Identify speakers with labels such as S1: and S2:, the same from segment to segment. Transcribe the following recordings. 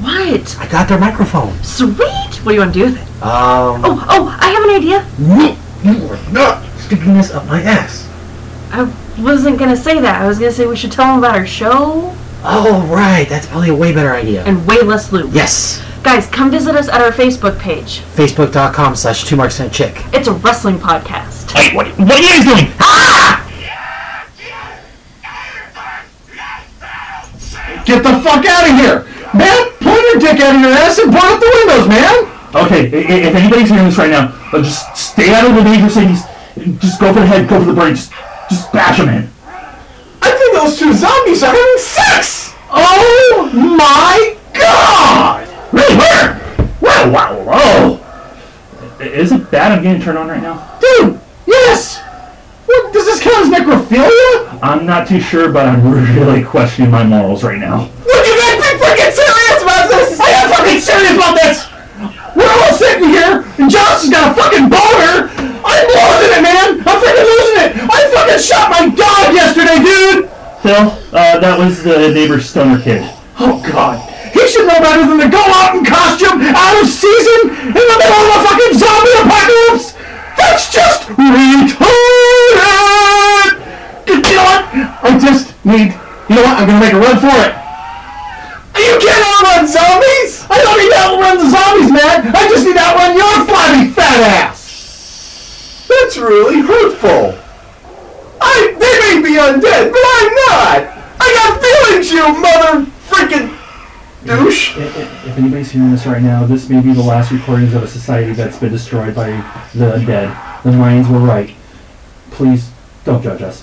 S1: Right.
S2: I got their microphones.
S1: Sweet. What do you want to do with it?
S2: Um,
S1: Oh, oh, I have an idea.
S2: no, you are not sticking this up my ass.
S1: I wasn't going to say that. I was going to say we should tell them about our show
S2: Oh, right. That's probably a way better idea.
S1: and way less loot.
S2: yes.
S1: Guys, come visit us at our Facebook page.
S2: Facebook.com slash two marks and a chick.
S1: It's a wrestling podcast.
S2: Wait, what, what are you guys doing? Ah!
S3: Get the fuck out of here! Man, pull your dick out of your ass and point out the windows, man! Okay, i- i- if anybody's hearing this right now, uh, just stay out of the danger cities. Just go for the head, go for the brain, just, just bash them in. I think those two zombies are having sex! Oh my god! Really? Where? Wow, wow, wow! Is it bad I'm getting turned on right now? Dude, yes! What, does this count as necrophilia? I'm not too sure, but I'm really questioning my morals right now. Look at that! Be freaking serious about this! I am fucking serious about this! We're all sitting here, and Johnson's got a fucking boner! I'm losing it, man! I'm freaking losing it! I fucking shot my dog yesterday, dude! Phil, uh, that was the neighbor's stoner kid. Oh, God. He should know better than to go out in costume, out of season, in the middle of a fucking zombie apocalypse! That's just retarded! You know what? I just need. You know what? I'm gonna make a run for it. You can't outrun zombies! I don't need to outrun the zombies, man! I just need to outrun your flabby fat ass! That's really hurtful. I they may be undead, but I'm not! I got feelings, you mother freaking douche!
S4: If anybody's hearing this right now, this may be the last recordings of a society that's been destroyed by the undead. The Mayans were right. Please don't judge us.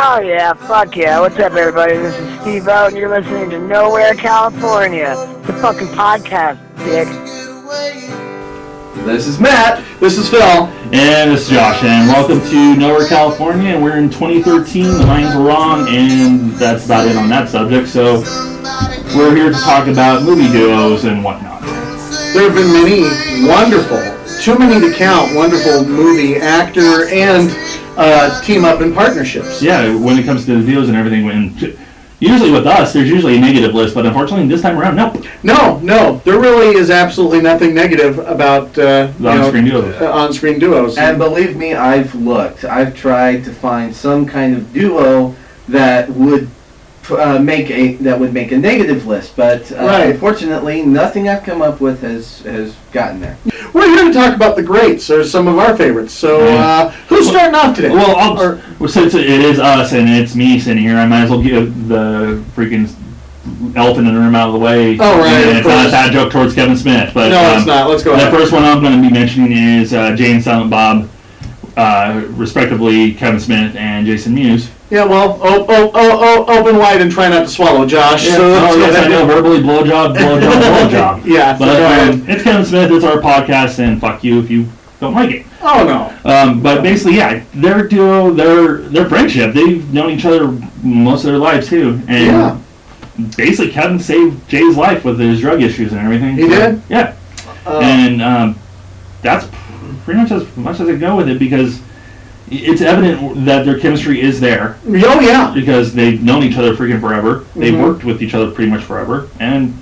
S5: Oh yeah, fuck yeah. What's up everybody? This is Steve O and you're listening to Nowhere, California. It's a fucking podcast, dick.
S3: This is Matt.
S4: This is Phil. And this is Josh, and welcome to Nowhere, California, and we're in 2013. The Mayans were wrong, and that's about it on that subject, so we're here to talk about movie duos and whatnot.
S3: There have been many wonderful, too many to count, wonderful movie actor and uh, team up and partnerships.
S4: Yeah, when it comes to the duos and everything, when usually with us, there's usually a negative list, but unfortunately this time around, no.
S3: No, no, there really is absolutely nothing negative about uh, you
S4: The
S3: know,
S4: on-screen duos.
S3: uh, on-screen duos.
S6: And believe me, I've looked. I've tried to find some kind of duo that would uh, make a that would make a negative list, but uh,
S3: Right.
S6: unfortunately, nothing I've come up with has has gotten there.
S3: We're here to talk about the greats, or some of our favorites. So, uh, who's starting off today?
S4: Well, I'll,
S3: Or-
S4: well, since it is us and it's me sitting here, I might as well give the freaking elephant in the room out of the way.
S3: Oh, right,
S4: And
S3: of
S4: it's not
S3: course.
S4: a bad joke towards Kevin Smith, but
S3: no,
S4: um,
S3: it's not. Let's go
S4: The
S3: ahead.
S4: first one I'm going to be mentioning is uh, Jay and Silent Bob, uh, respectively Kevin Smith and Jason Mewes.
S3: Yeah, well, oh, oh, oh, oh, open wide and try not to swallow, Josh.
S4: Yeah,
S3: So let's
S4: oh,
S3: go
S4: yes, I
S3: ahead.
S4: know. Verbally blowjob, blowjob, blowjob.
S3: Yeah, so
S4: But
S3: go
S4: um,
S3: ahead.
S4: it's Kevin Smith. It's our podcast, and fuck you if you don't like it.
S3: Oh no.
S4: Um, but basically, yeah, their duo, their their friendship, they've known each other most of their lives too, and
S3: Yeah.
S4: basically Kevin saved Jay's life with his drug issues and everything.
S3: He did? Oh.
S4: Yeah, and um, that's pretty much as much as I go with it because it's evident that their chemistry is there
S3: Oh yeah.
S4: because they've known each other freaking forever. They've
S3: Mhm.
S4: worked with each other pretty much forever, and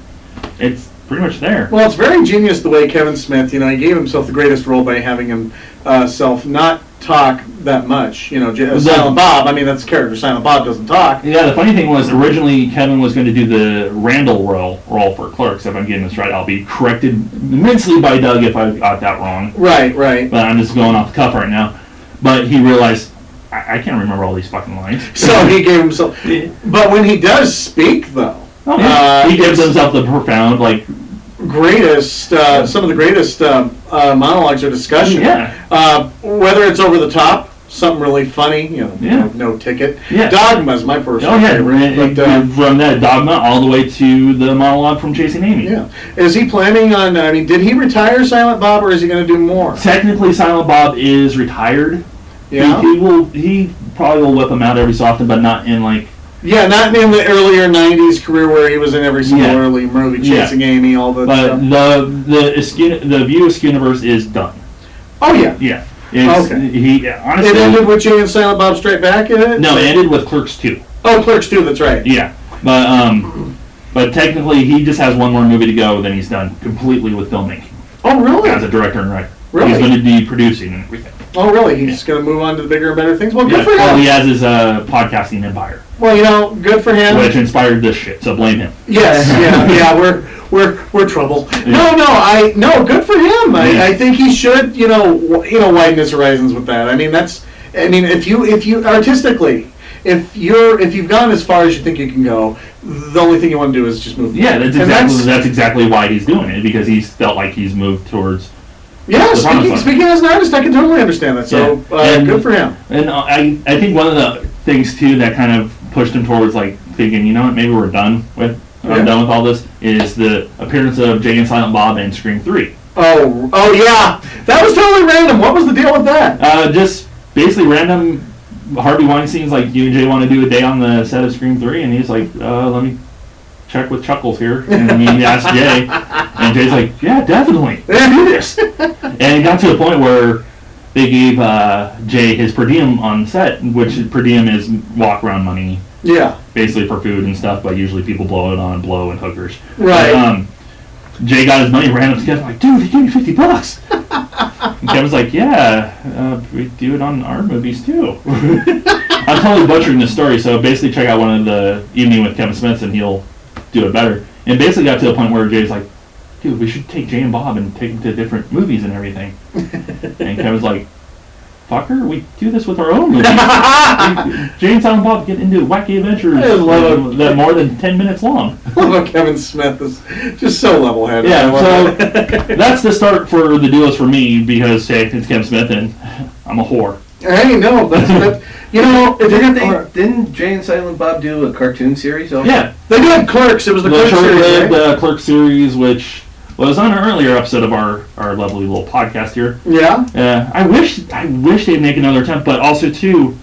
S4: it's pretty much there.
S3: Well, it's very ingenious the way Kevin Smith, you know, he gave himself the greatest role by having himself not talk that much. You know, J-
S4: Well,
S3: Silent
S4: that-
S3: Bob. I mean, that's the character. Silent Bob doesn't talk.
S4: Yeah, the funny thing was originally Kevin was going to do the Randall role, role for Clerks. If I'm getting this right, I'll be corrected immensely by Doug if I got that wrong.
S3: Right, right.
S4: But I'm just going off the cuff right now. But he realized I, I can't remember all these fucking lines.
S3: So he gave himself. But when he does speak, though, Uh,
S4: Oh, he gives himself the profound like
S3: greatest uh, some of the greatest um, uh, monologues or discussion.
S4: Yeah.
S3: Uh, whether it's over the top, something really funny, you know,
S4: Yeah.
S3: no, no ticket.
S4: Yeah.
S3: Dogma's my personal
S4: oh yeah,
S3: favorite.
S4: and-
S3: But, uh,
S4: and from that dogma all the way to the monologue from Chasing Amy.
S3: yeah. Is he planning on? I mean, did he retire Silent Bob, or is he going to do more?
S4: Technically, Silent Bob is retired.
S3: Yeah.
S4: He, he will. He probably will whip him out every so often, but not in like
S3: Yeah, not in the earlier '90s career where he was in every single
S4: Yeah.
S3: early movie,
S4: Yeah.
S3: chasing Amy, all that
S4: But
S3: stuff.
S4: the the Escu- the View Askew universe is done.
S3: Oh yeah.
S4: Yeah. It's,
S3: Okay.
S4: He honestly.
S3: It ended with Jay and Silent Bob Straight Back in it.
S4: no, it ended with Clerks two.
S3: Oh, Clerks 2, that's right.
S4: Yeah. But um, But technically, he just has one more movie to go, then he's done completely with filmmaking
S3: Oh, really?
S4: as a director and writer. He's
S3: Really?
S4: going to be producing and everything.
S3: Oh, really? He's just going to move on to the bigger and better things? Well, good
S4: Yeah,
S3: for
S4: all
S3: him.
S4: he has is uh, podcasting empire,
S3: Well, you know, good for him.
S4: which inspired this shit, so blame him.
S3: Yes, yeah, yeah, we're we're we're trouble. No, no, I no, good for him. I,
S4: Yeah.
S3: I think he should, you know, w- you know, widen his horizons with that. I mean, that's, I mean, if you if you artistically, if you're if you've gone as far as you think you can go, the only thing you want to do is just move.
S4: Yeah, that's
S3: And
S4: exactly that's, exactly why he's doing it because he's felt like he's moved towards.
S3: yeah.
S4: the fun
S3: Speaking,
S4: part.
S3: speaking as an artist, I can totally understand that. So
S4: Yeah.
S3: uh,
S4: And-
S3: good for him.
S4: And uh, I I think one of the things too that kind of pushed him towards like thinking, you know what, maybe we're done with.
S3: Yeah.
S4: I'm done with all this. Is the appearance of Jay and Silent Bob and Scream Three?
S3: Oh, oh yeah, that was totally random. What was the deal with that?
S4: Uh, just basically random Harvey Weinstein's like, you and Jay want to do a day on the set of Scream 3? And he's like, uh, let me check with Chuckles here. And he asked Jay. And Jay's like, yeah, definitely. Let's do this. and it got to the point where they gave uh, Jay his per diem on set, which per diem is walk around money,
S3: Yeah,
S4: basically for food and stuff, but usually people blow it on blow and hookers.
S3: right.
S4: Um, Jay got his money, ran up to Kevin, like, dude, they gave me 50 bucks. and Kevin's like, yeah, uh, we do it on our movies too. I'm totally butchering this story, so basically check out one of the Evening with Kevin Smith and he'll do it better. And basically got to the point where Jay's like, dude, we should take Jay and Bob and take them to different movies and everything. and Kevin's like, fucker, we do this with our own movies. We- Jay and Silent Bob get into wacky adventures
S3: I love it.
S4: that are more than 10 minutes long.
S3: What about Kevin Smith is just so level-headed. I
S4: Yeah,
S3: love it.
S4: so that's the start for the duos for me because hey, it's Kim Smith and I'm a whore.
S3: Hey, no, that's that, you know. If you're
S6: Didn't,
S3: gonna think,
S6: they, didn't Jay and Silent Bob do a cartoon series? Also?
S4: Yeah,
S3: they did Clerks. It was the,
S4: the
S3: Clerks series.
S4: short-lived
S3: right?
S4: uh, Clerk series, which was on an earlier episode of our our lovely little podcast here.
S3: Yeah.
S4: Uh, I wish I wish they'd make another attempt, but also too,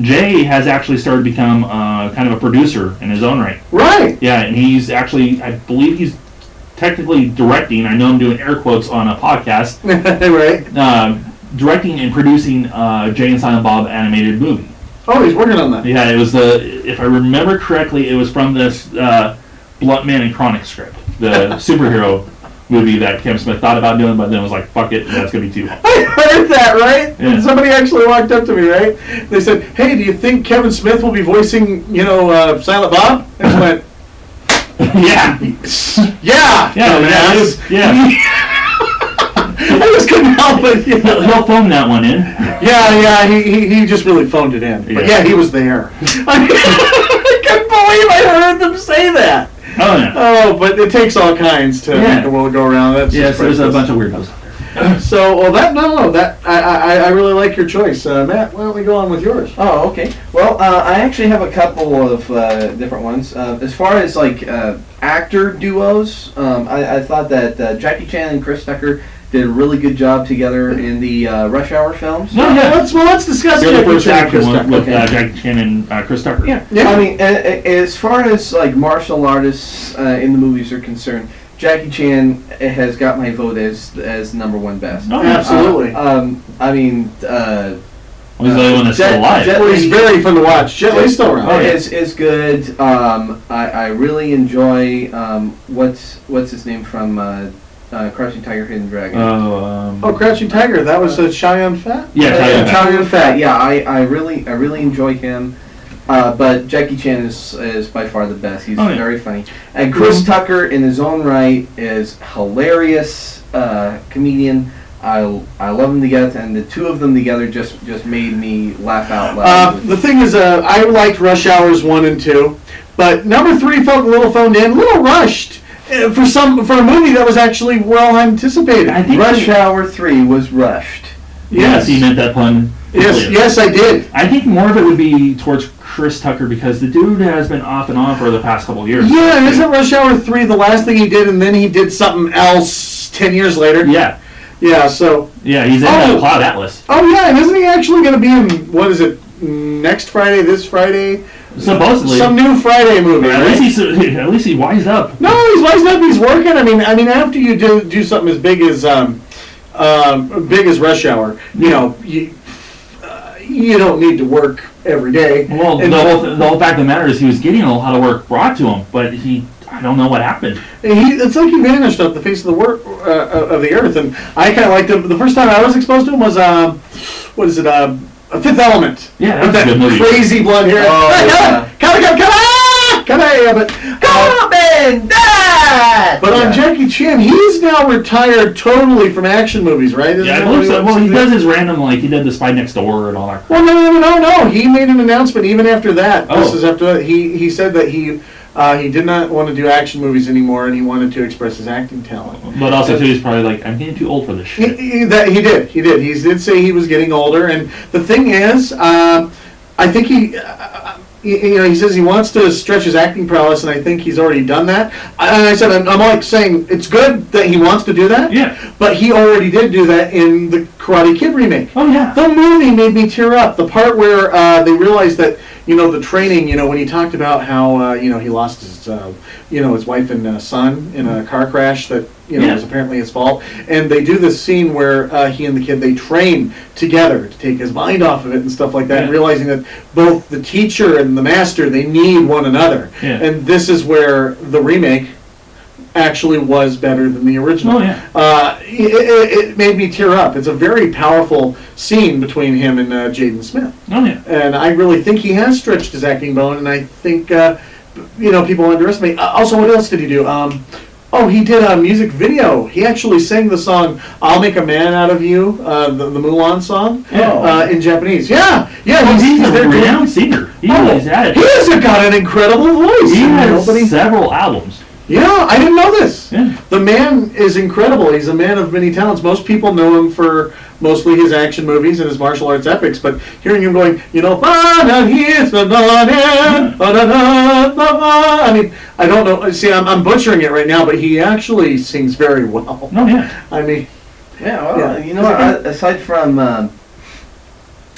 S4: Jay has actually started to become uh, kind of a producer in his own right.
S3: Right.
S4: Yeah, and he's actually I believe he's technically directing. I know I'm doing air quotes on a podcast.
S3: right.
S4: uh, directing and producing uh, Jay and Silent Bob animated movie.
S3: Oh, he's working on that.
S4: Yeah, it was the if I remember correctly, it was from this uh, Blunt Man and Chronic script, the superhero movie that Kim Smith thought about doing, but then was like, "Fuck it, that's gonna be too long."
S3: I heard that, right?
S4: Yeah.
S3: Somebody actually walked up to me, right? They said, "Hey, do you think Kevin Smith will be voicing, you know, uh, Silent Bob?" And I went,
S4: yeah,
S3: "Yeah,
S4: yeah, yeah,
S3: dumbass."
S4: it- yeah.
S3: I just couldn't help it. You know?
S4: He'll he'll phone that one in.
S3: Yeah, yeah, he, he, he just really phoned it in. But
S4: Yeah.
S3: yeah, he was there. I, couldn't believe I heard them say that.
S4: Oh no.
S3: Oh, but it takes all kinds to
S4: Yeah.
S3: make the world go around. That's
S4: Yes,
S3: just
S4: there's a
S3: priceless.
S4: bunch of weirdos out there.
S3: So, well, that no, no, that I, I, I really like your choice, uh, Matt. Why don't we go on with yours?
S6: Oh, okay. Well, uh, I actually have a couple of uh, different ones. Uh, as far as like uh, actor duos, um, I, I thought that uh, Jackie Chan and Chris Tucker did a really good job together in the uh, Rush Hour films.
S4: No, yeah.
S3: Let's well, let's discuss
S4: You're the
S3: Jackie
S4: first
S3: Chan and
S4: actor
S3: Chris
S4: one
S3: Tucker.
S4: with
S6: okay.
S4: uh, Jackie Chan and uh, Chris Tucker.
S6: Yeah.
S3: Yeah.
S6: I mean, a- a- as far as like martial artists uh, in the movies are concerned, Jackie Chan has got my vote as as number one best.
S4: No,
S3: Oh, Absolutely.
S6: Uh, um, I mean, uh,
S4: He's the only one that's
S6: Jet-
S4: still alive.
S6: Jet-
S3: Well, he's very fun to watch. Jet Li's still around.
S4: Oh, yeah.
S6: is is good. Um, I, I really enjoy um, what's what's his name from uh, uh, Crouching Tiger, Hidden Dragon.
S4: Oh, um,
S3: Oh, Crouching Tiger. That was uh, Cheyenne Fat.
S4: yeah, Tyler
S6: Uh,
S4: Bass.
S6: Chow Yun Fat. Yeah, I, I really I really enjoy him. Uh, but Jackie Chan is is by far the best. He's
S4: Oh, yeah.
S6: very funny, and Chris Tucker in his own right is hilarious uh, comedian. I, I love them to death, and the two of them together just just made me laugh out
S3: Uh,
S6: loud.
S3: the thing is, uh, I liked Rush Hours one and two, but number three felt a little phoned in, a little rushed uh, for some for a movie that was actually well anticipated.
S4: I think-
S6: Rush Hour Three was rushed.
S4: Yes, he meant that pun.
S3: yes,
S4: completely.
S3: yes, I did.
S4: I think more of it would be towards Chris Tucker because the dude has been off and on for the past couple years.
S3: Yeah, isn't Rush Hour three the last thing he did, and then he did something else ten years later?
S4: Yeah,
S3: Yeah. So,
S4: yeah, he's in
S3: Oh.
S4: the Cloud Atlas.
S3: oh yeah, and isn't he actually going to be in what is it next Friday, this Friday,
S4: Supposedly,
S3: some new Friday movie?
S4: at
S3: right?
S4: least he's at least he wised up.
S3: No, he's wised up. He's working. I mean, I mean, after you do do something as big as um, um, big as rush hour, you know, you uh, you don't need to work every day.
S4: Well,
S3: And-
S4: the whole, the whole fact of the matter is he was getting a lot of work brought to him, but he I don't know what happened.
S3: He, it's like he vanished off the face of the wor- uh, of the earth, and I kind of liked him. The first time I was exposed to him was uh, what is it? Uh, a Fifth Element.
S4: Yeah, that
S3: with
S4: was a
S3: that
S4: good movie.
S3: crazy blonde hair.
S6: Oh,
S3: Hey,
S6: yeah.
S3: Come, come, come, come, ah! come here, but come Oh. But on Jackie Chan, he's now retired totally from action movies, right? Isn't
S4: Yeah, I
S3: that
S4: believe
S3: what
S4: so. Well, he
S3: was-
S4: does his random, like, he did The Spy Next Door and all that crap.
S3: Well, no, no, no, no. He made an announcement even after that. This
S4: Oh.
S3: is after that. He he said that he uh, he did not want to do action movies anymore, and he wanted to express his acting talent.
S4: But also, too, he's probably like, I'm getting too old for this
S3: He,
S4: shit.
S3: he- that he did, he did. He did say he was getting older, and the thing is, um, I think he. Uh, you you know, he says he wants to stretch his acting prowess, and I think he's already done that. I- And I said, I'm, I'm like saying it's good that he wants to do that.
S4: Yeah.
S3: But he already did do that in the Karate Kid remake.
S4: Oh, yeah.
S3: The movie made me tear up. The part where uh, they realized that you know the training. You know when he talked about how uh, you know he lost his uh, you know his wife and uh, son in a car crash that you know
S4: Yeah.
S3: was apparently his fault. And they do this scene where uh, he and the kid they train together to take his mind off of it and stuff like that.
S4: Yeah.
S3: Realizing that both the teacher and the master they need one another.
S4: Yeah.
S3: And this is where the remake actually was better than the original.
S4: Oh, yeah.
S3: Uh, it, it, it made me tear up. It's a very powerful scene between him and uh, Jaden Smith,
S4: Oh, yeah.
S3: and I really think he has stretched his acting bone. And I think uh, you know people underestimate. Uh, also, what else did he do? Um, oh, he did a music video. He actually sang the song "I'll Make a Man Out of You," uh, the, the Mulan song
S4: Oh.
S3: uh, in Japanese. Yeah, yeah,
S4: Well, he's a
S3: there doing-
S4: renowned singer. He
S3: Oh,
S4: has had it.
S3: he has got an incredible voice.
S4: He
S3: you know,
S4: has
S3: but he-
S4: several albums.
S3: yeah, I didn't know this.
S4: Yeah.
S3: The man is incredible. He's a man of many talents. Most people know him for mostly his action movies and his martial arts epics, but hearing him going, you know, "Ba da hee, ba da da, ba da da, ba ba," I mean, I don't know. See, I'm, I'm butchering it right now, but he actually sings very well.
S4: Oh, yeah.
S3: I mean,
S6: Yeah, well,
S3: Yeah.
S6: you know, what, I- aside from um,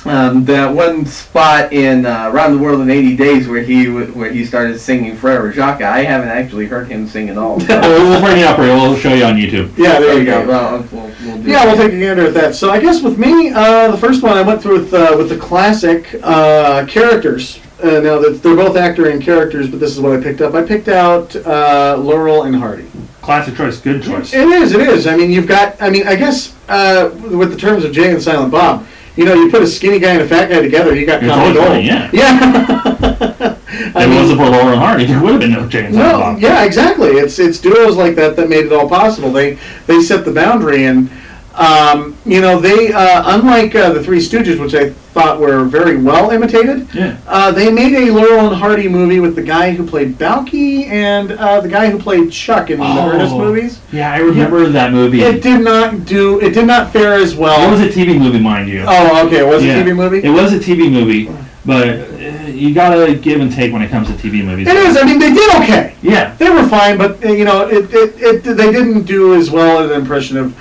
S6: um, that one spot in uh, Around the World in 80 Days where he w- where he started singing Forever Jaka, I haven't actually heard him sing at all.
S4: Well, Uh, we'll bring it up for you. We'll show you on YouTube.
S3: yeah, there you
S6: Okay,
S3: go.
S6: Well, uh, we'll, we'll do
S3: Yeah, we'll
S6: that.
S3: take a gander at that. So I guess with me, uh, the first one I went through with uh, with the classic uh, characters. Uh, now that they're both actor and characters, but this is what I picked up. I picked out uh, Laurel and Hardy.
S4: Classic choice. Good choice.
S3: It is, it is. I mean, you've got. I mean, I guess uh, with the terms of Jay and Silent Bob, you know, you put a skinny guy and a fat guy together, you got
S4: It's always
S3: common gold.
S4: funny, yeah.
S3: Yeah. I
S4: if it
S3: mean-
S4: wasn't for Laurel and Hardy, there would have been no James
S3: no,
S4: Bond.
S3: yeah, exactly. It's it's duos like that that made it all possible. They they set the boundary, and um, you know they uh, unlike uh, the Three Stooges, which I thought were very well imitated.
S4: Yeah.
S3: Uh, they made a Laurel and Hardy movie with the guy who played Balky and uh, the guy who played Chuck in
S4: Oh.
S3: the Ernest movies.
S4: Yeah, I remember that movie.
S3: It did not do. It did not fare as well.
S4: It was a TV movie, mind you.
S3: oh, okay. It was
S4: Yeah.
S3: a TV movie.
S4: It was a TV movie, but uh, you gotta give and take when it comes to TV movies.
S3: it is. I mean, they did okay.
S4: Yeah.
S3: They were fine, but uh, you know, it, it, it they didn't do as well an impression of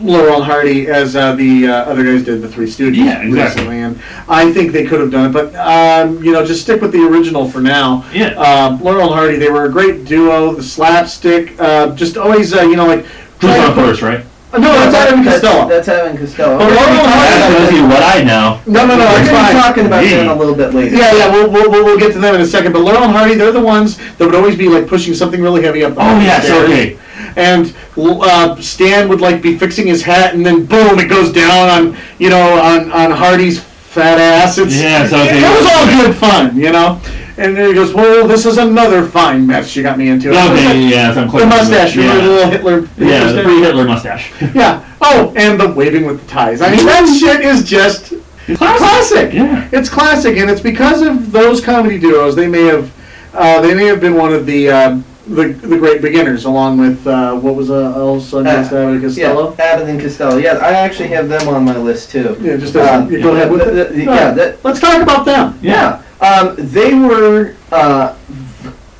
S3: Laurel and Hardy as uh, the uh, other guys did the Three Stooges
S4: Yeah, exactly.
S3: recently, and I think they could have done it. But um, you know, just stick with the original for now.
S4: Yeah. Uh,
S3: Um, Laurel and Hardy, they were a great duo. The slapstick, uh, just always, uh, you know, like
S4: Who's on first, right?
S3: no, that's Adam Costello. Oh,
S6: That's Evan Costello.
S3: But Laurel and
S4: That tells
S3: Hardy,
S4: you what I know.
S3: no, no, no,
S6: We're
S3: it's
S6: gonna be
S3: fine.
S6: talking about
S4: Yeah.
S6: that a little bit later.
S3: Yeah, yeah, we'll, we'll, we'll we'll get to them in a second. But Laurel and Hardy, they're the ones that would always be like pushing something really heavy up. The
S4: Oh, yes,
S3: stairs.
S4: okay.
S3: And uh, Stan would like be fixing his hat, and then boom, it goes down on you know on, on Hardy's fat ass. It's,
S4: Yes, okay.
S3: It was all good fun, you know. And then he goes, "Well, this is another fine mess you got me into."
S4: Okay, yeah, so I'm
S3: The
S4: close.
S3: mustache,
S4: yeah.
S3: remember the little Hitler.
S4: yeah, the
S3: mustache?
S4: pre-Hitler mustache.
S3: Yeah. Oh, and the waving with the ties. I mean, that shit is just classic.
S4: Yeah.
S3: It's classic, and it's because of those comedy duos. They may have, uh, they may have been one of the uh, the, the great beginners, along with uh, what was uh, else uh, next Abbott and Costello.
S6: Yeah, Abbott and Costello. Yeah, I actually have them on my list too.
S3: Yeah, just as-
S6: Um,
S3: you go ahead with
S6: the-
S3: it.
S6: the- the-
S3: All
S6: yeah,
S3: right.
S6: that-
S3: let's talk about them.
S6: Yeah, um, they were uh,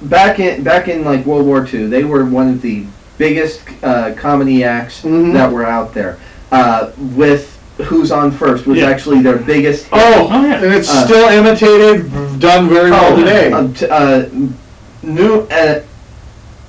S6: back in back in like World War II. They were one of the biggest uh, comedy acts
S3: Mhm.
S6: that were out there. Uh, with Who's on First was
S4: Yeah.
S6: actually their biggest. hit.
S3: Oh,
S4: Oh, yeah.
S3: and it's
S6: Uh,
S3: still imitated, done very well
S6: Oh,
S3: today.
S6: um, t- uh, new uh,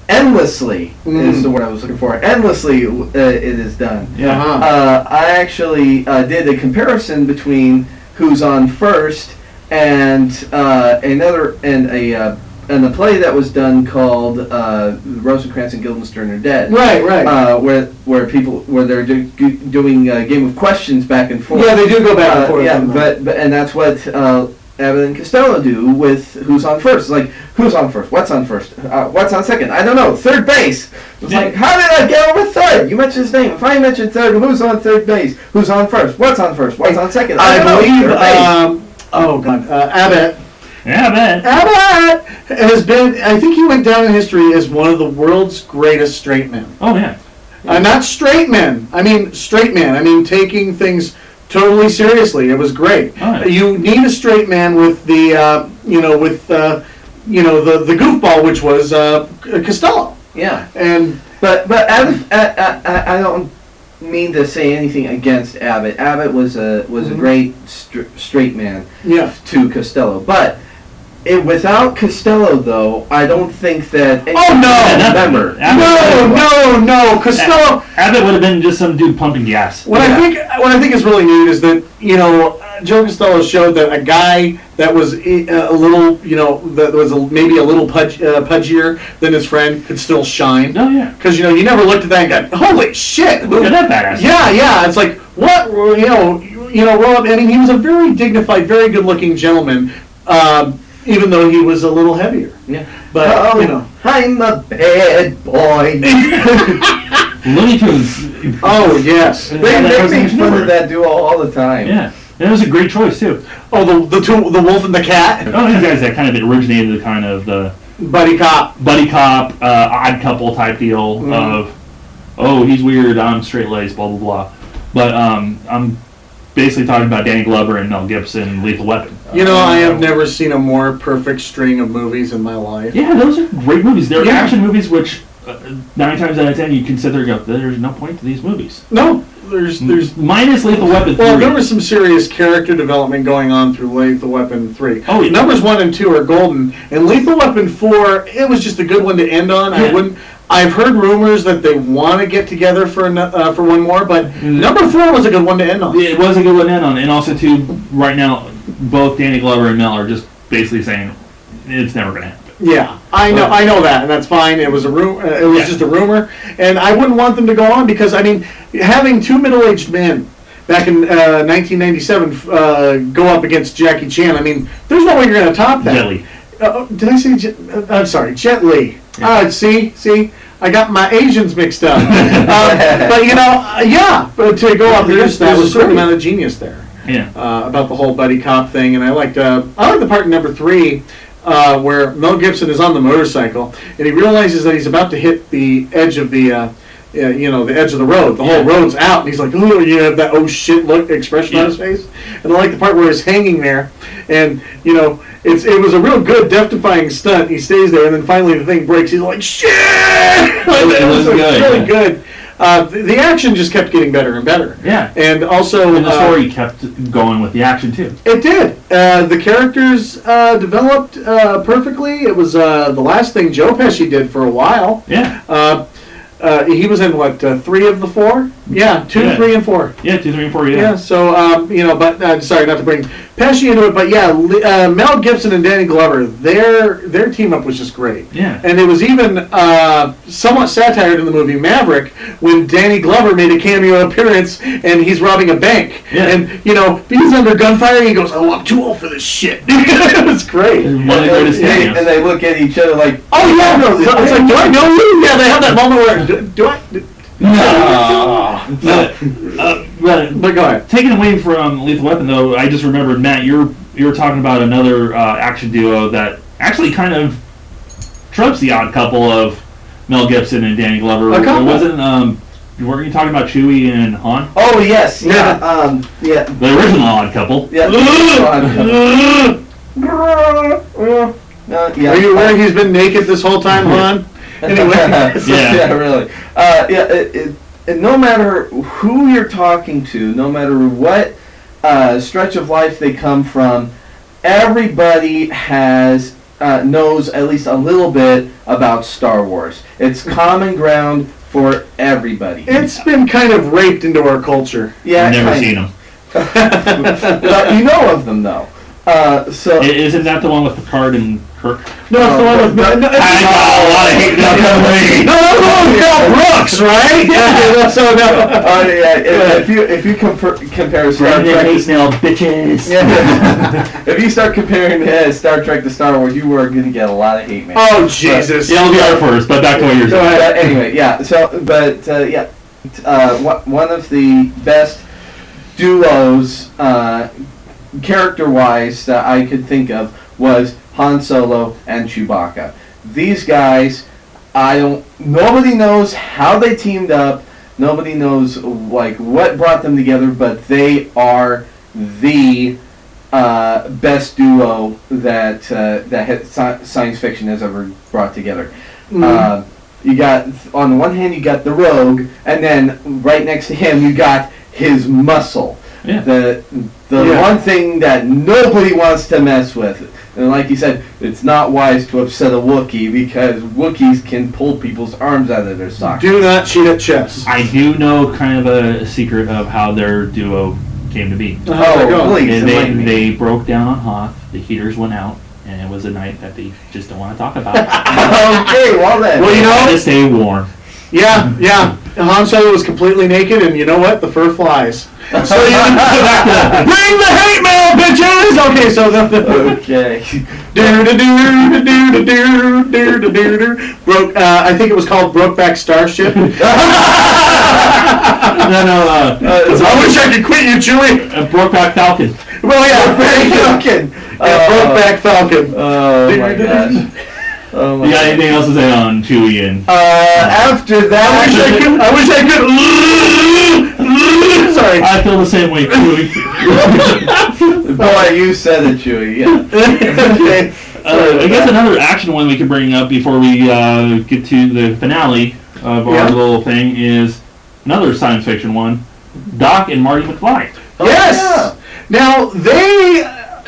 S6: endlessly
S3: Mm.
S6: is the word I was looking for. Endlessly, uh, it is done.
S4: Yeah.
S3: Uh-huh.
S6: Uh, I actually uh, did a comparison between who's on first and uh, another and a uh, and the play that was done called uh, Rosencrantz and Guildenstern are dead.
S3: Right, right.
S6: Uh, where where people where they're do, doing a game of questions back and forth.
S3: yeah, they do go back and
S6: Uh,
S3: forth.
S6: yeah,
S3: on that.
S6: but, but and that's what uh, Evan and Costello do with who's on first. Like who's on first? What's on first? Uh, what's on second? I don't know. Third base. It's like how did I get over third? You mentioned his name. If I mentioned third, who's on third base? Who's on first? What's on first? What's on second?
S3: I
S6: don't know.
S3: believe.
S6: Third base.
S3: Um, oh God, uh, Abbott.
S4: Yeah, I bet.
S3: Abbott has been. I think he went down in history as one of the world's greatest straight men.
S4: Oh yeah.
S3: Uh, not straight men. I mean straight man. I mean taking things totally seriously. It was great.
S4: Right.
S3: You need a straight man with the uh, you know with uh, you know the the goofball, which was uh, Costello.
S6: yeah.
S3: And
S6: But but Abbott, I, uh, I, I don't mean to say anything against Abbott. Abbott was a was
S3: Mm-hmm.
S6: a great str- straight man
S3: yeah,
S6: to Costello, but. It, without Costello, though, I don't think that.
S3: Oh, no!
S6: Remember,
S4: Abbott,
S3: no, no, no, Costello.
S4: Abbott would have been just some dude pumping gas.
S3: What I
S6: Yeah.
S3: think, what I think is really neat is that you know, uh, Joe Costello showed that a guy that was i- uh, a little, you know, that was a, maybe a little pudge, uh, pudgier than his friend could still shine.
S4: Oh yeah.
S3: Because you know, you never looked at that and got, holy shit!
S4: Look at that badass.
S3: Yeah, yeah. It's like what you know, you know, Rob. I mean, he was a very dignified, very good-looking gentleman, um, even though he was a little heavier.
S6: Yeah.
S3: But
S6: oh,
S3: you know,
S6: I'm a bad boy. they
S4: Looney Tunes.
S3: oh yes.
S4: Yeah, that
S6: they
S4: was
S6: make
S4: his
S6: fun
S4: number.
S6: of that duo all the time.
S4: Yeah. That was a great choice too.
S3: Oh, the the two, the wolf and the cat,
S4: Oh, these guys that kind of originated the kind of uh, the
S3: buddy cop.
S4: buddy cop, uh, odd couple type deal
S3: Mm-hmm.
S4: of, oh, he's weird, I'm straight laced, blah blah blah. But um, I'm basically talking about Danny Glover and Mel Gibson, Lethal Weapon.
S3: You know, I have never seen a more perfect string of movies in my life.
S4: Yeah, those are great movies. They're
S3: Yeah.
S4: action movies, which uh, nine times out of ten you can sit there and go, "There's no point to these movies."
S3: No, there's there's.
S4: minus Lethal Weapon.
S3: Well,
S4: three.
S3: there was some serious character development going on through Lethal Weapon 3.
S4: Oh, yeah.
S3: Numbers 1 and 2 are golden, and Lethal Weapon 4, it was just a good one to end on. I
S4: Yeah.
S3: wouldn't. I've heard rumors that they want to get together for ano- uh, for one more, but number 4 was a good one to end on.
S4: it was a good one to end on, and also too, right now, both Danny Glover and Mel are just basically saying it's never gonna happen.
S3: Yeah, I know, I know that, and that's fine. It was a ru- uh, it was
S4: Yeah.
S3: just a rumor, and I wouldn't want them to go on because I mean, having two middle-aged men back in uh, 1997 uh, go up against Jackie Chan, I mean, there's no way you're going to top that.
S4: Jet Li.
S3: Uh, did I say? Jet, uh, I'm sorry, Jet Li. Ah, see, see, I got my Asians mixed up. uh, but you know, uh, yeah, but to go up
S6: There's-
S3: against that
S6: there's
S3: was a certain
S6: great.
S3: amount of genius there
S4: Yeah.
S3: uh, about the whole buddy cop thing, and I liked uh, I like the part in number three uh, where Mel Gibson is on the motorcycle and he realizes that he's about to hit the edge of the. Uh, yeah, you know the edge of the road. The whole road's out, and he's like, "Oh, you have that oh shit look expression on
S4: Yeah.
S3: his face." And I like the part where he's hanging there, and you know, it's it was a real good death-defying stunt. He stays there, and then finally the thing breaks. He's like, "Shit!" it
S4: was good,
S3: really
S4: yeah.
S3: good. Uh, the, the action just kept getting better and better.
S4: Yeah.
S3: and also
S4: And the
S3: uh,
S4: story kept going with the action too.
S3: it did. Uh, the characters uh, developed uh, perfectly. It was uh, the last thing Joe Pesci did for a while.
S4: Yeah.
S3: Uh, uh, he was in what uh, three of the four? Yeah, two,
S4: Yeah.
S3: three, and four.
S4: Yeah. Two, three, and four. Yeah.
S3: Yeah. so um, you know, but uh, sorry, not to bring Pesci into it, but yeah, Li- uh, Mel Gibson and Danny Glover, their their team up was just great.
S4: Yeah.
S3: And it was even uh, somewhat satired in the movie Maverick when Danny Glover made a cameo appearance and he's robbing a bank.
S4: Yeah.
S3: And, you know, he's under gunfire he goes, Oh, I'm too old for this shit. it was great.
S4: One of the
S6: And,
S3: uh,
S4: greatest
S6: they,
S4: cameos.
S6: and they look at each other like,
S3: Oh, yeah. No, it's like, Do I know you? Yeah, they have that moment where, Do, do I? do-"
S4: But, uh, but
S3: But go ahead.
S4: Taken away from Lethal Weapon, though, I just remembered Matt. You're you're talking about another uh, action duo that actually kind of trumps the odd couple of Mel Gibson and Danny Glover.
S3: A couple.
S4: It wasn't um, weren't you talking about Chewie and Han?
S6: oh yes, yeah,
S3: Yeah.
S6: um, yeah,
S4: The original odd couple.
S6: yeah. Uh, yeah.
S3: Are you aware he's been naked this whole time, Han? Anyway.
S4: Yeah.
S6: really. Uh, yeah, it, it, and no matter who you're talking to, no matter what uh, stretch of life they come from, everybody has uh, knows at least a little bit about Star Wars. It's common ground for everybody.
S3: It's been kind of raped into our culture.
S6: yeah,
S4: I've never
S6: kind
S4: seen them.
S6: of. but you know of them though. Uh, so
S4: I- Isn't that the one with Picard and Kirk?
S3: No, it's the one with no, no, it's-
S4: I got a lot of hate about that
S3: no, that's the one with Mel Brooks, right? Yeah, that's so no.
S6: uh, yeah, if, if you if you compar- compare Star Trek,
S7: now, bitches.
S6: yeah, if you start comparing uh, Star Trek to Star Wars, you are going to get a lot of hate, man.
S3: Oh Jesus!
S4: Yeah, LDR first, but back to what you're
S6: So,
S4: saying.
S6: uh, anyway, yeah. So, but uh, yeah, t- uh, wha- one of the best duos, uh, character-wise, that I could think of was Han Solo and Chewbacca. These guys, I don't. Nobody knows how they teamed up. Nobody knows like what brought them together, but they are the uh, best duo that uh, that has, sci- science fiction has ever brought together. Uh, you got on the one hand you got the rogue, and then right next to him you got his muscle.
S4: Yeah.
S6: The the
S3: Yeah.
S6: one thing that nobody wants to mess with. And like you said, it's not wise to upset a Wookiee because Wookiees can pull people's arms out of their sockets.
S3: Do not cheat at chess.
S4: I do know kind of a secret of how their duo came to be.
S3: How's it
S6: oh,
S3: going?
S6: please
S4: They, they,
S6: enlighten me.
S4: they broke down on Hoth, the heaters went out, and it was a night that they just don't want to talk about.
S6: okay, well then.
S3: Well, you
S4: They had
S3: know-
S4: to stay warm.
S3: Yeah, yeah. Han Solo was completely naked, and you know what? The fur flies. So you bring the hate mail, bitches. Okay, so the, the
S6: okay.
S3: do do do do do do do do do do broke. Uh, I think it was called Brokeback Starship.
S4: No, no, uh,
S6: Uh, it's
S3: I wish I could quit you, Chewie.
S4: uh, Brokeback Falcon.
S3: Well, yeah,
S6: very
S3: yeah,
S6: fucking.
S3: Brokeback Falcon.
S6: Oh my gosh. Oh my
S4: You got anything else to say on Chewie and
S6: Uh,
S3: I
S6: after
S3: wish I
S6: that,
S3: could. I wish I could. Sorry.
S4: I feel the same way, Chewie.
S6: boy, you said it, Chewie. Yeah. okay.
S4: Uh, I guess another action one we could bring up before we uh, get to the finale of our
S3: Yeah.
S4: little thing is another science fiction one. Doc and Marty McFly.
S3: Yes. Now they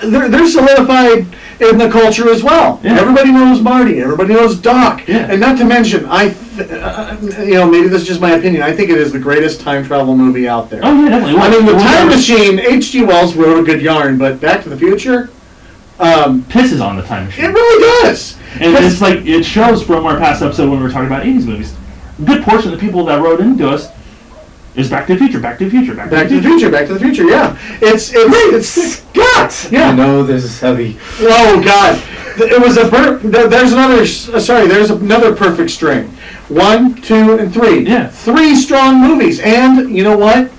S3: they're, they're solidified in the culture as well.
S4: Yeah.
S3: Everybody knows Marty. Everybody knows Doc.
S4: Yeah.
S3: And not to mention, I th- uh, you know maybe this is just my opinion. I think it is the greatest time travel movie out there.
S4: Oh yeah, definitely.
S3: I mean, the
S4: One of
S3: time
S4: those
S3: machine. H.G. Wells wrote a good yarn, but Back to the Future, um,
S4: pisses on the time machine.
S3: it really does.
S4: And it's like it shows from our past episode when we were talking about '80s movies. A good portion of the people that wrote into us is Back to the Future, Back to the Future, Back to
S3: Back to
S4: the
S3: the Future. Back to the Future. Yeah. It's it's it's
S6: Scott!
S3: Yeah.
S6: I know this is heavy.
S3: Oh God! Th- It was a per- th- there's another s- uh, sorry there's another perfect string, one, two, and three.
S4: Yeah.
S3: three strong movies, and you know what?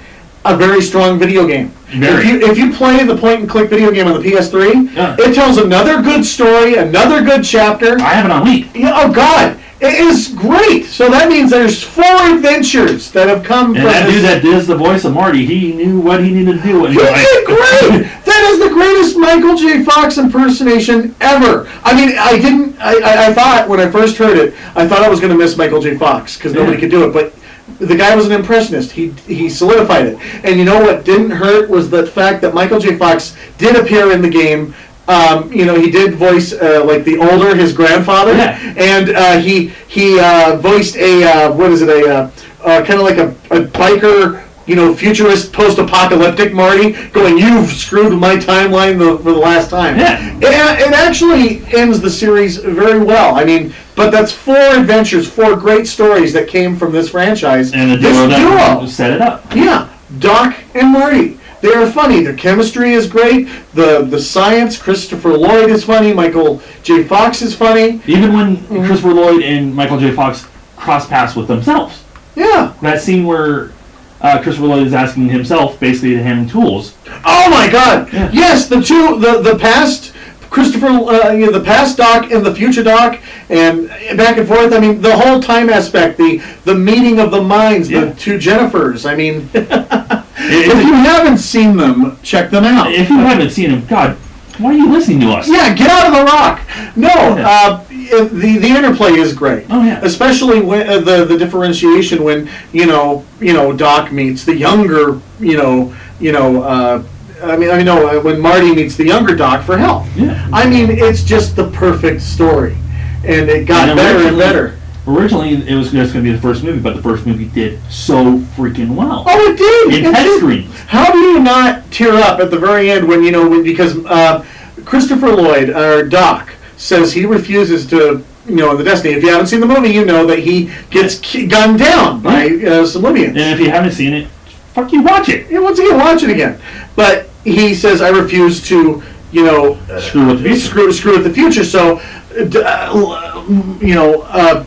S3: A very strong video game.
S4: Very.
S3: If you if you play the point and click video game on the PS3,
S4: Yeah.
S3: it tells another good story, another good chapter.
S4: I have it on leak.
S3: Yeah, oh God! It is great. So that means there's four adventures that have come
S4: And
S3: from
S4: that
S3: this.
S4: dude that is the voice of Marty, he knew what he needed to do. And he was
S3: Isn't it
S4: like,
S3: great? That is the greatest Michael J. Fox impersonation ever. I mean, I didn't. I, I, I thought when I first heard it, I thought I was going to miss Michael J. Fox because nobody
S4: Yeah.
S3: could do it. But the guy was an impressionist. He he solidified it. And you know what didn't hurt was the fact that Michael J. Fox did appear in the game. Um, you know, he did voice uh, like the older his grandfather,
S4: Yeah.
S3: and uh, he he uh, voiced a uh, what is it a uh, uh, kind of like a, a biker you know futurist post-apocalyptic Marty going you've screwed my timeline the, for the last time.
S4: Yeah.
S3: It, uh, it actually ends the series very well. I mean, but that's four adventures, four great stories that came from this franchise.
S4: and the
S3: this
S4: duo that
S3: duo.
S4: set it up.
S3: Yeah, Doc and Marty. They are funny. Their chemistry is great. The the science. Christopher Lloyd is funny. Michael J. Fox is funny.
S4: Even when Christopher Lloyd and Michael J. Fox cross paths with themselves,
S3: Yeah.
S4: that scene where uh, Christopher Lloyd is asking himself basically to hand him tools.
S3: Oh my God!
S4: Yeah.
S3: Yes, the two, the the past Christopher, uh, you know, the past Doc and the future Doc, and back and forth. I mean, the whole time aspect, the the meeting of the minds,
S4: Yeah.
S3: the two Jennifers. I mean,
S4: If,
S3: if
S4: if
S3: you
S4: you,
S3: haven't seen them, check them out.
S4: if you haven't seen him, God, why are you listening to us?
S3: Yeah, get out of the rock. No, uh, it- the the interplay is great.
S4: Oh, yeah.
S3: Especially when uh, the the differentiation when you know you know Doc meets the younger you know you know. Uh, I mean, I know uh, when Marty meets the younger Doc for help.
S4: Yeah.
S3: I mean, it's just the perfect story, and it got
S4: And
S3: better and
S4: originally-
S3: better.
S4: Originally, it was just going to be the first movie, but the first movie did so freaking well.
S3: Oh, it did.
S4: In
S3: It
S4: test
S3: did.
S4: screens.
S3: How do you not tear up at the very end when you know when because uh, Christopher Lloyd, or Doc, says he refuses to, you know, in the Destiny. If you haven't seen the movie, you know that he gets ki- gunned down by uh, some Libyans.
S4: And if you haven't seen it, fuck you, watch it.
S3: Yeah, once again, watch it again. But he says, I refuse to, you know,
S4: Uh, Screw with
S3: be
S4: it.
S3: screw screw with the future. So, uh, d- uh, l- you know, uh,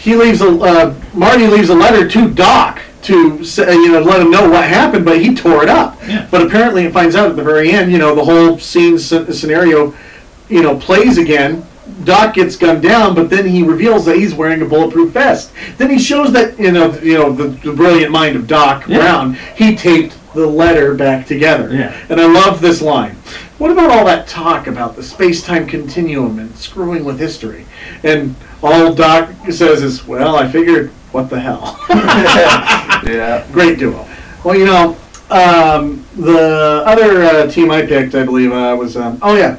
S3: he leaves a uh, Marty leaves a letter to Doc to say, you know let him know what happened, but he tore it up.
S4: Yeah.
S3: But apparently, it finds out at the very end. You know, the whole scene sce- scenario, you know, plays again. Doc gets gunned down, but then he reveals that he's wearing a bulletproof vest. Then he shows that you know, you know, the, the brilliant mind of Doc
S4: Yeah.
S3: Brown. He taped the letter back together.
S4: Yeah.
S3: And I love this line. What about all that talk about the space time continuum and screwing with history? And all Doc says is, well, I figured, what the hell?
S6: yeah.
S3: Great duo. Well, you know, um, the other uh, team I picked, I believe, uh, was, um, oh, yeah,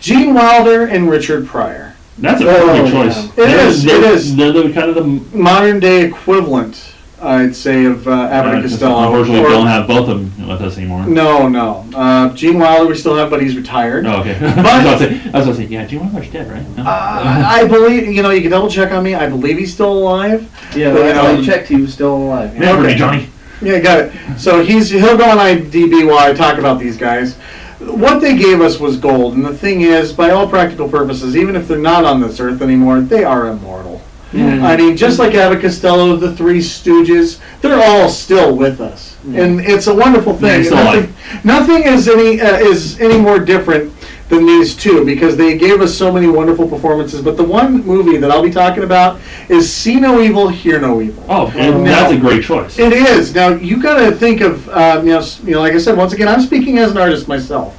S3: Gene Wilder and Richard Pryor.
S4: That's a
S3: Oh,
S4: perfect
S3: yeah.
S4: choice.
S3: It is,
S4: They're,
S3: it
S4: they're-
S3: is.
S4: They're the uh, kind of the.
S3: Modern day equivalent, I'd say, of uh, Abbott
S4: Uh,
S3: and Costello.
S4: unfortunately,
S3: Or-
S4: we don't have both of them with us anymore.
S3: No, no. Uh, Gene Wilder we still have, but he's retired.
S4: Oh, okay. I was about to say, I was about to say, yeah, Gene Wilder's dead, right? No.
S3: Uh, I I believe, you know, you can double check on me. I believe he's still alive.
S6: Yeah,
S3: But,
S6: when I
S3: um,
S6: checked, he was still alive.
S4: Man,
S3: okay.
S4: okay. Johnny.
S3: Yeah, got it. So he's he'll go on IMDb while I talk about these guys. What they gave us was gold, and the thing is, by all practical purposes, even if they're not on this earth anymore, they are immortal.
S4: Mm-hmm.
S3: I mean, just like Abbott Costello, the Three Stooges, they're all still with us, and it's a wonderful
S4: Mm-hmm. Yeah,
S3: thing.
S4: he's still alive.
S3: nothing, nothing is any uh, is any more different than these two because they gave us so many wonderful performances. But the one movie that I'll be talking about is See No Evil, Hear No Evil.
S4: Oh, and
S3: Now-
S4: that's a great choice.
S3: it is. Now you got to think of um, you, know, s- you know, like I said, once again, I'm speaking as an artist myself.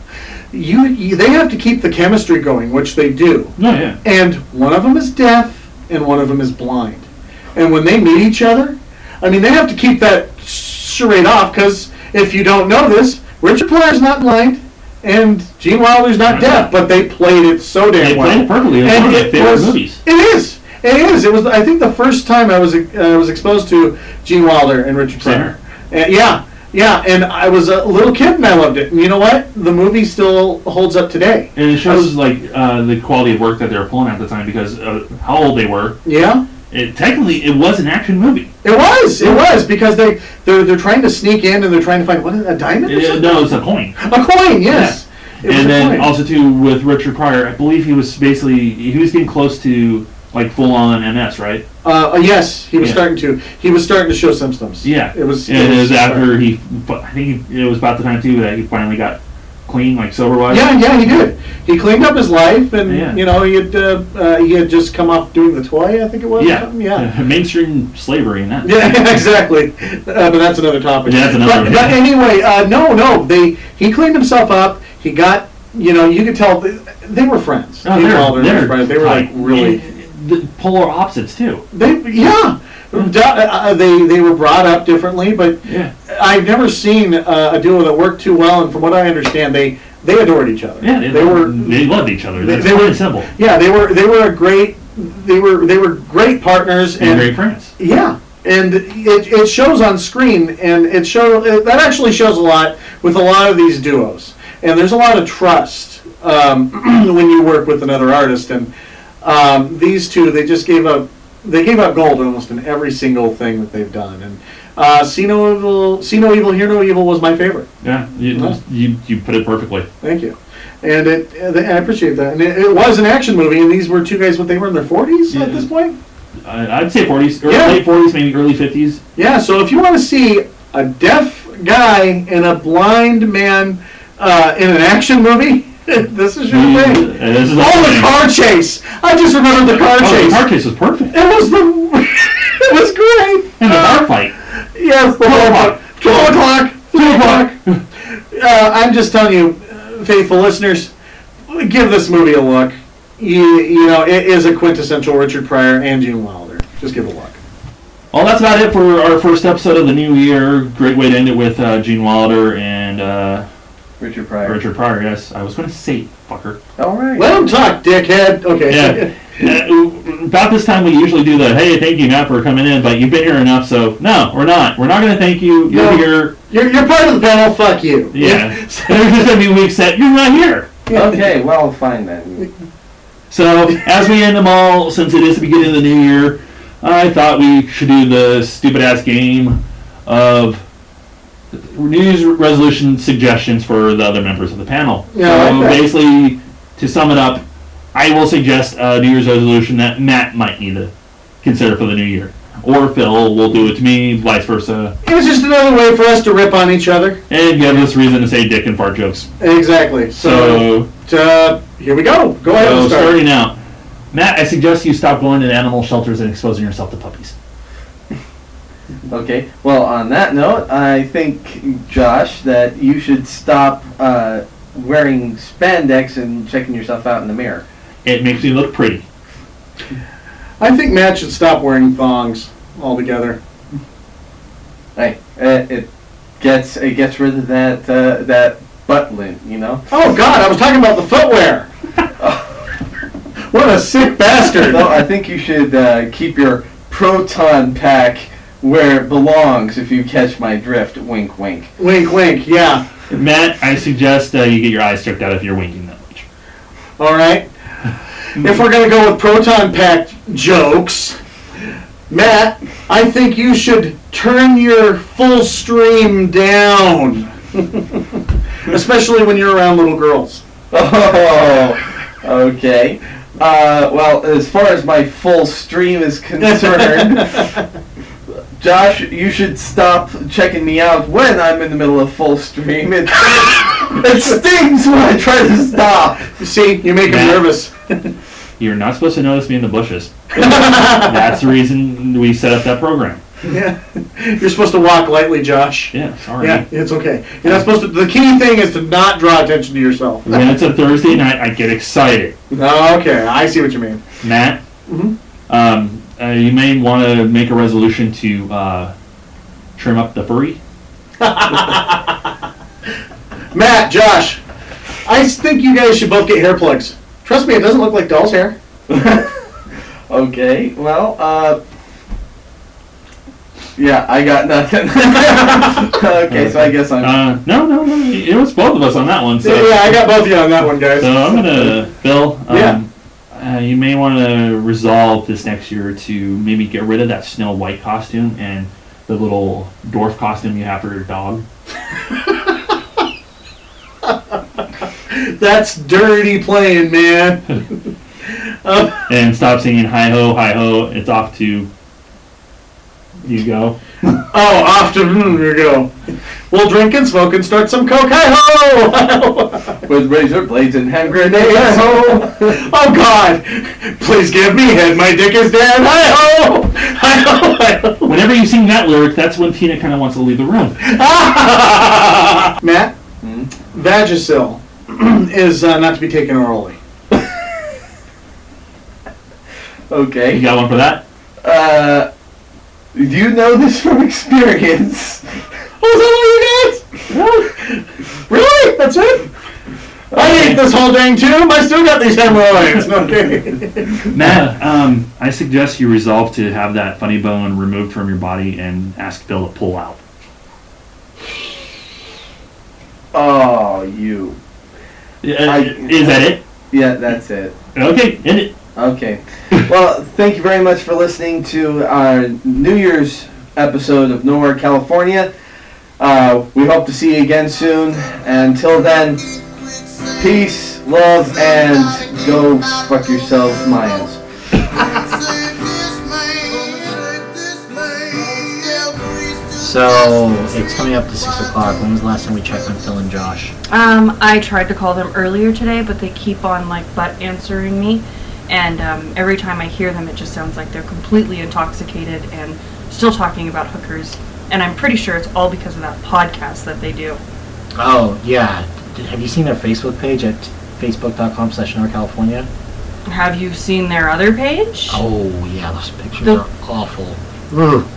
S3: You, you, they have to keep the chemistry going, which they do.
S4: No, yeah.
S3: And one of them is deaf, and one of them is blind. And when they meet each other, I mean, they have to keep that charade off because if you don't know this, Richard Pryor's not blind, and Gene Wilder's not deaf, but they played it so damn
S4: They
S3: well.
S4: played it perfectly. It's one of my favorite
S3: was-
S4: movies.
S3: It is. It is. It was. I think the first time I was uh, I was exposed to Gene Wilder and Richard Pryor. And yeah, yeah. And I was a little kid and I loved it. And you know what? The movie still holds up today.
S4: And it shows like uh, the quality of work that they were pulling at the time because uh, how old they were.
S3: Yeah.
S4: It technically it was an action movie.
S3: It was, it was because they they're, they're trying to sneak in and they're trying to find what is it, a diamond? Or
S4: It- it-
S3: something?
S4: no, it was a coin.
S3: A coin, yes. It was
S4: and
S3: a
S4: then
S3: coin.
S4: also too with Richard Pryor, I believe he was basically he was getting close to like full on MS, right?
S3: uh, uh, yes, he was
S4: Yeah.
S3: starting to he was starting to show symptoms.
S4: Yeah,
S3: it was.
S4: And it was after he, but I think it was about the time too that he finally got clean, like sober wise.
S3: Yeah, yeah, he did. He cleaned up his life, and
S4: Yeah.
S3: you know he had uh, uh, he had just come off doing the toy, I think it was. or
S4: yeah,
S3: something, yeah.
S4: Mainstream slavery and that.
S3: Yeah, exactly. Uh, but that's another topic.
S4: Yeah, that's another
S3: But,
S4: one.
S3: but anyway, uh, no, no, they he cleaned himself up. He got you know you could tell they, they were friends.
S4: Oh,
S3: He
S4: they're-
S3: called her his
S4: they're
S3: friend. they were like
S4: tight.
S3: really.
S4: And the polar opposites too.
S3: They yeah, Da- uh, they they were brought up differently, but
S4: Yeah,
S3: I've never seen uh, a duo that worked too well. And from what I understand, they they adored each other.
S4: yeah, they,
S3: they were
S4: they loved each other.
S3: they-
S4: That's
S3: they
S4: plain
S3: were-
S4: and simple
S3: yeah they were they were a great they were they were great partners
S4: and, great friends.
S3: yeah, and it, it shows on screen, and it show it, that actually shows a lot with a lot of these duos. And there's a lot of trust um, when you work with another artist. And um, these two, they just gave up. They gave up gold almost in every single thing that they've done. And uh, see no evil, see no evil, hear no evil was my favorite.
S4: Yeah, you,
S3: Mhm.
S4: you you put it perfectly.
S3: Thank you. And it, and I appreciate that. And it, it was an action movie, and these were two guys. What they were in their 40s at
S4: Yeah.
S3: this point.
S4: I, I'd say 40s, or
S3: Yeah.
S4: late 40s, maybe early 50s.
S3: Yeah, so if you want to see a deaf guy and a blind man uh, in an action movie, this is your
S4: Mm,
S3: thing.
S4: and this is
S3: Oh, the car chase! I just remembered the car
S4: Oh,
S3: chase.
S4: the car chase was perfect.
S3: It was the. it was great.
S4: And the
S3: Uh,
S4: bar fight.
S3: Yes, the
S4: Twelve
S3: bar
S4: o'clock.
S3: fight. Twelve o'clock. Twelve o'clock. Uh, I'm just telling you, faithful listeners, give this movie a look. You, you know, it is a quintessential Richard Pryor and Gene Wilder. Just give it a look.
S4: Well, that's about it for our first episode of the new year. Great way to end it with uh, Gene Wilder and uh,
S6: Richard Pryor.
S4: Richard Pryor. Yes, I was going to say fucker.
S6: All right.
S3: Let him talk, dickhead. Okay.
S4: Yeah. Uh, about this time, we usually do the hey, thank you, Matt, for coming in, but you've been here enough, so no, we're not. We're not going to thank you. You're
S3: No.
S4: here.
S3: You're, you're part of the panel. Fuck you.
S4: Yeah. There's just going to be weeks that you're not here.
S6: Okay, well, fine then.
S4: So as we end them all, since it is the beginning of the new year, I thought we should do the stupid ass game of New Year's resolution suggestions for the other members of the panel.
S3: Yeah, I
S4: so
S3: like that.
S4: basically, to sum it up, I will suggest a New Year's resolution that Matt might need to consider for the new year, or Phil will do it to me, vice versa,
S3: It was just another way for us to rip on each other.
S4: and give us reason to say dick and fart jokes.
S3: Exactly. So,
S4: So,
S3: uh, here we go. Go ahead
S4: so
S3: and start.
S4: starting out, Matt, I suggest you stop going to animal shelters and exposing yourself to puppies.
S6: Okay. Well, on that note, I think Josh that you should stop uh, wearing spandex and checking yourself out in the mirror.
S4: It makes me look pretty.
S3: I think Matt should stop wearing thongs altogether.
S6: Hey, uh, it gets it gets rid of that uh, that butt lint, you know.
S3: Oh God, I was talking about the footwear. what a sick bastard.
S6: So I think you should uh, keep your proton pack where it belongs. If you catch my drift, wink, wink.
S3: wink, wink. Yeah.
S4: Matt, I suggest uh, you get your eyes checked out if you're winking that much.
S3: All right. If we're gonna go with proton pack jokes, Matt, I think you should turn your full stream down, especially when you're around little girls.
S6: Oh, okay. Uh, well, as far as my full stream is concerned, Josh, you should stop checking me out when I'm in the middle of full stream. It, it stings when I try to stop.
S3: You see, you make him
S4: Matt.
S3: nervous.
S4: You're not supposed to notice me in the bushes. That's the reason we set up that program.
S3: Yeah. You're supposed to walk lightly, Josh.
S4: Yeah, sorry.
S3: Yeah, it's okay. You're not supposed to. The key thing is to not draw attention to yourself.
S4: When it's a Thursday night, I get excited.
S3: Oh, okay, I see what you mean.
S4: Matt,
S3: Mhm.
S4: um, uh, you may want to make a resolution to uh, trim up the furry.
S3: Matt, Josh, I think you guys should both get hair plugs. Trust me, it doesn't look like doll's hair.
S6: Okay, well, uh, yeah, I got nothing. okay, so I guess I'm.
S4: Uh, no, no, no. It was both of us on that one. So,
S3: yeah, I got both of you on that one, guys.
S4: so I'm gonna, Bill. Um,
S3: Yeah.
S4: Uh, you may want to resolve this next year to maybe get rid of that Snow White costume and the little dwarf costume you have for your dog.
S3: That's dirty playing, man. Uh,
S4: and stop singing hi ho hi ho. It's off to you go.
S3: Oh, off to hmm, here we go. We'll drink and smoke and start some coke. Hi ho!
S6: With razor blades and hand grenades. Oh.
S3: Oh God! Please give me head. My dick is dead. Hi ho! Hi ho! Hi ho!
S4: Whenever you sing that lyric, that's when Tina kind of wants to leave the room.
S3: Matt,
S6: Hmm?
S3: Vagisil is uh, not to be taken orally.
S4: You
S6: Okay.
S4: got one for that?
S6: Uh, do you know this from experience?
S3: Oh, is that all you got? really? That's it? I ate this whole dang tube. I still got these hemorrhoids. Okay.
S4: Matt, um, I suggest you resolve to have that funny bone removed from your body and ask Bill to pull out.
S6: Oh, you. I-
S4: is that it?
S6: Yeah, that's it.
S4: Okay, end it.
S6: Okay. Well, thank you very much for listening to our New Year's episode of Nowhere California. Uh, we hope to see you again soon. Until then, peace, love, and go fuck yourselves, Mayans.
S8: So it's coming up to six o'clock. When was the last time we checked on Phil and Josh?
S1: Um, I tried to call them earlier today, but they keep on like butt answering me, and um, every time I hear them, it just sounds like they're completely intoxicated and still talking about hookers. And I'm pretty sure it's all because of that podcast that they do.
S8: Oh yeah. D- Have you seen their Facebook page at facebook.com slash North California?
S1: Have you seen their other page?
S8: Oh yeah, those pictures
S1: The-
S8: are awful. Ugh.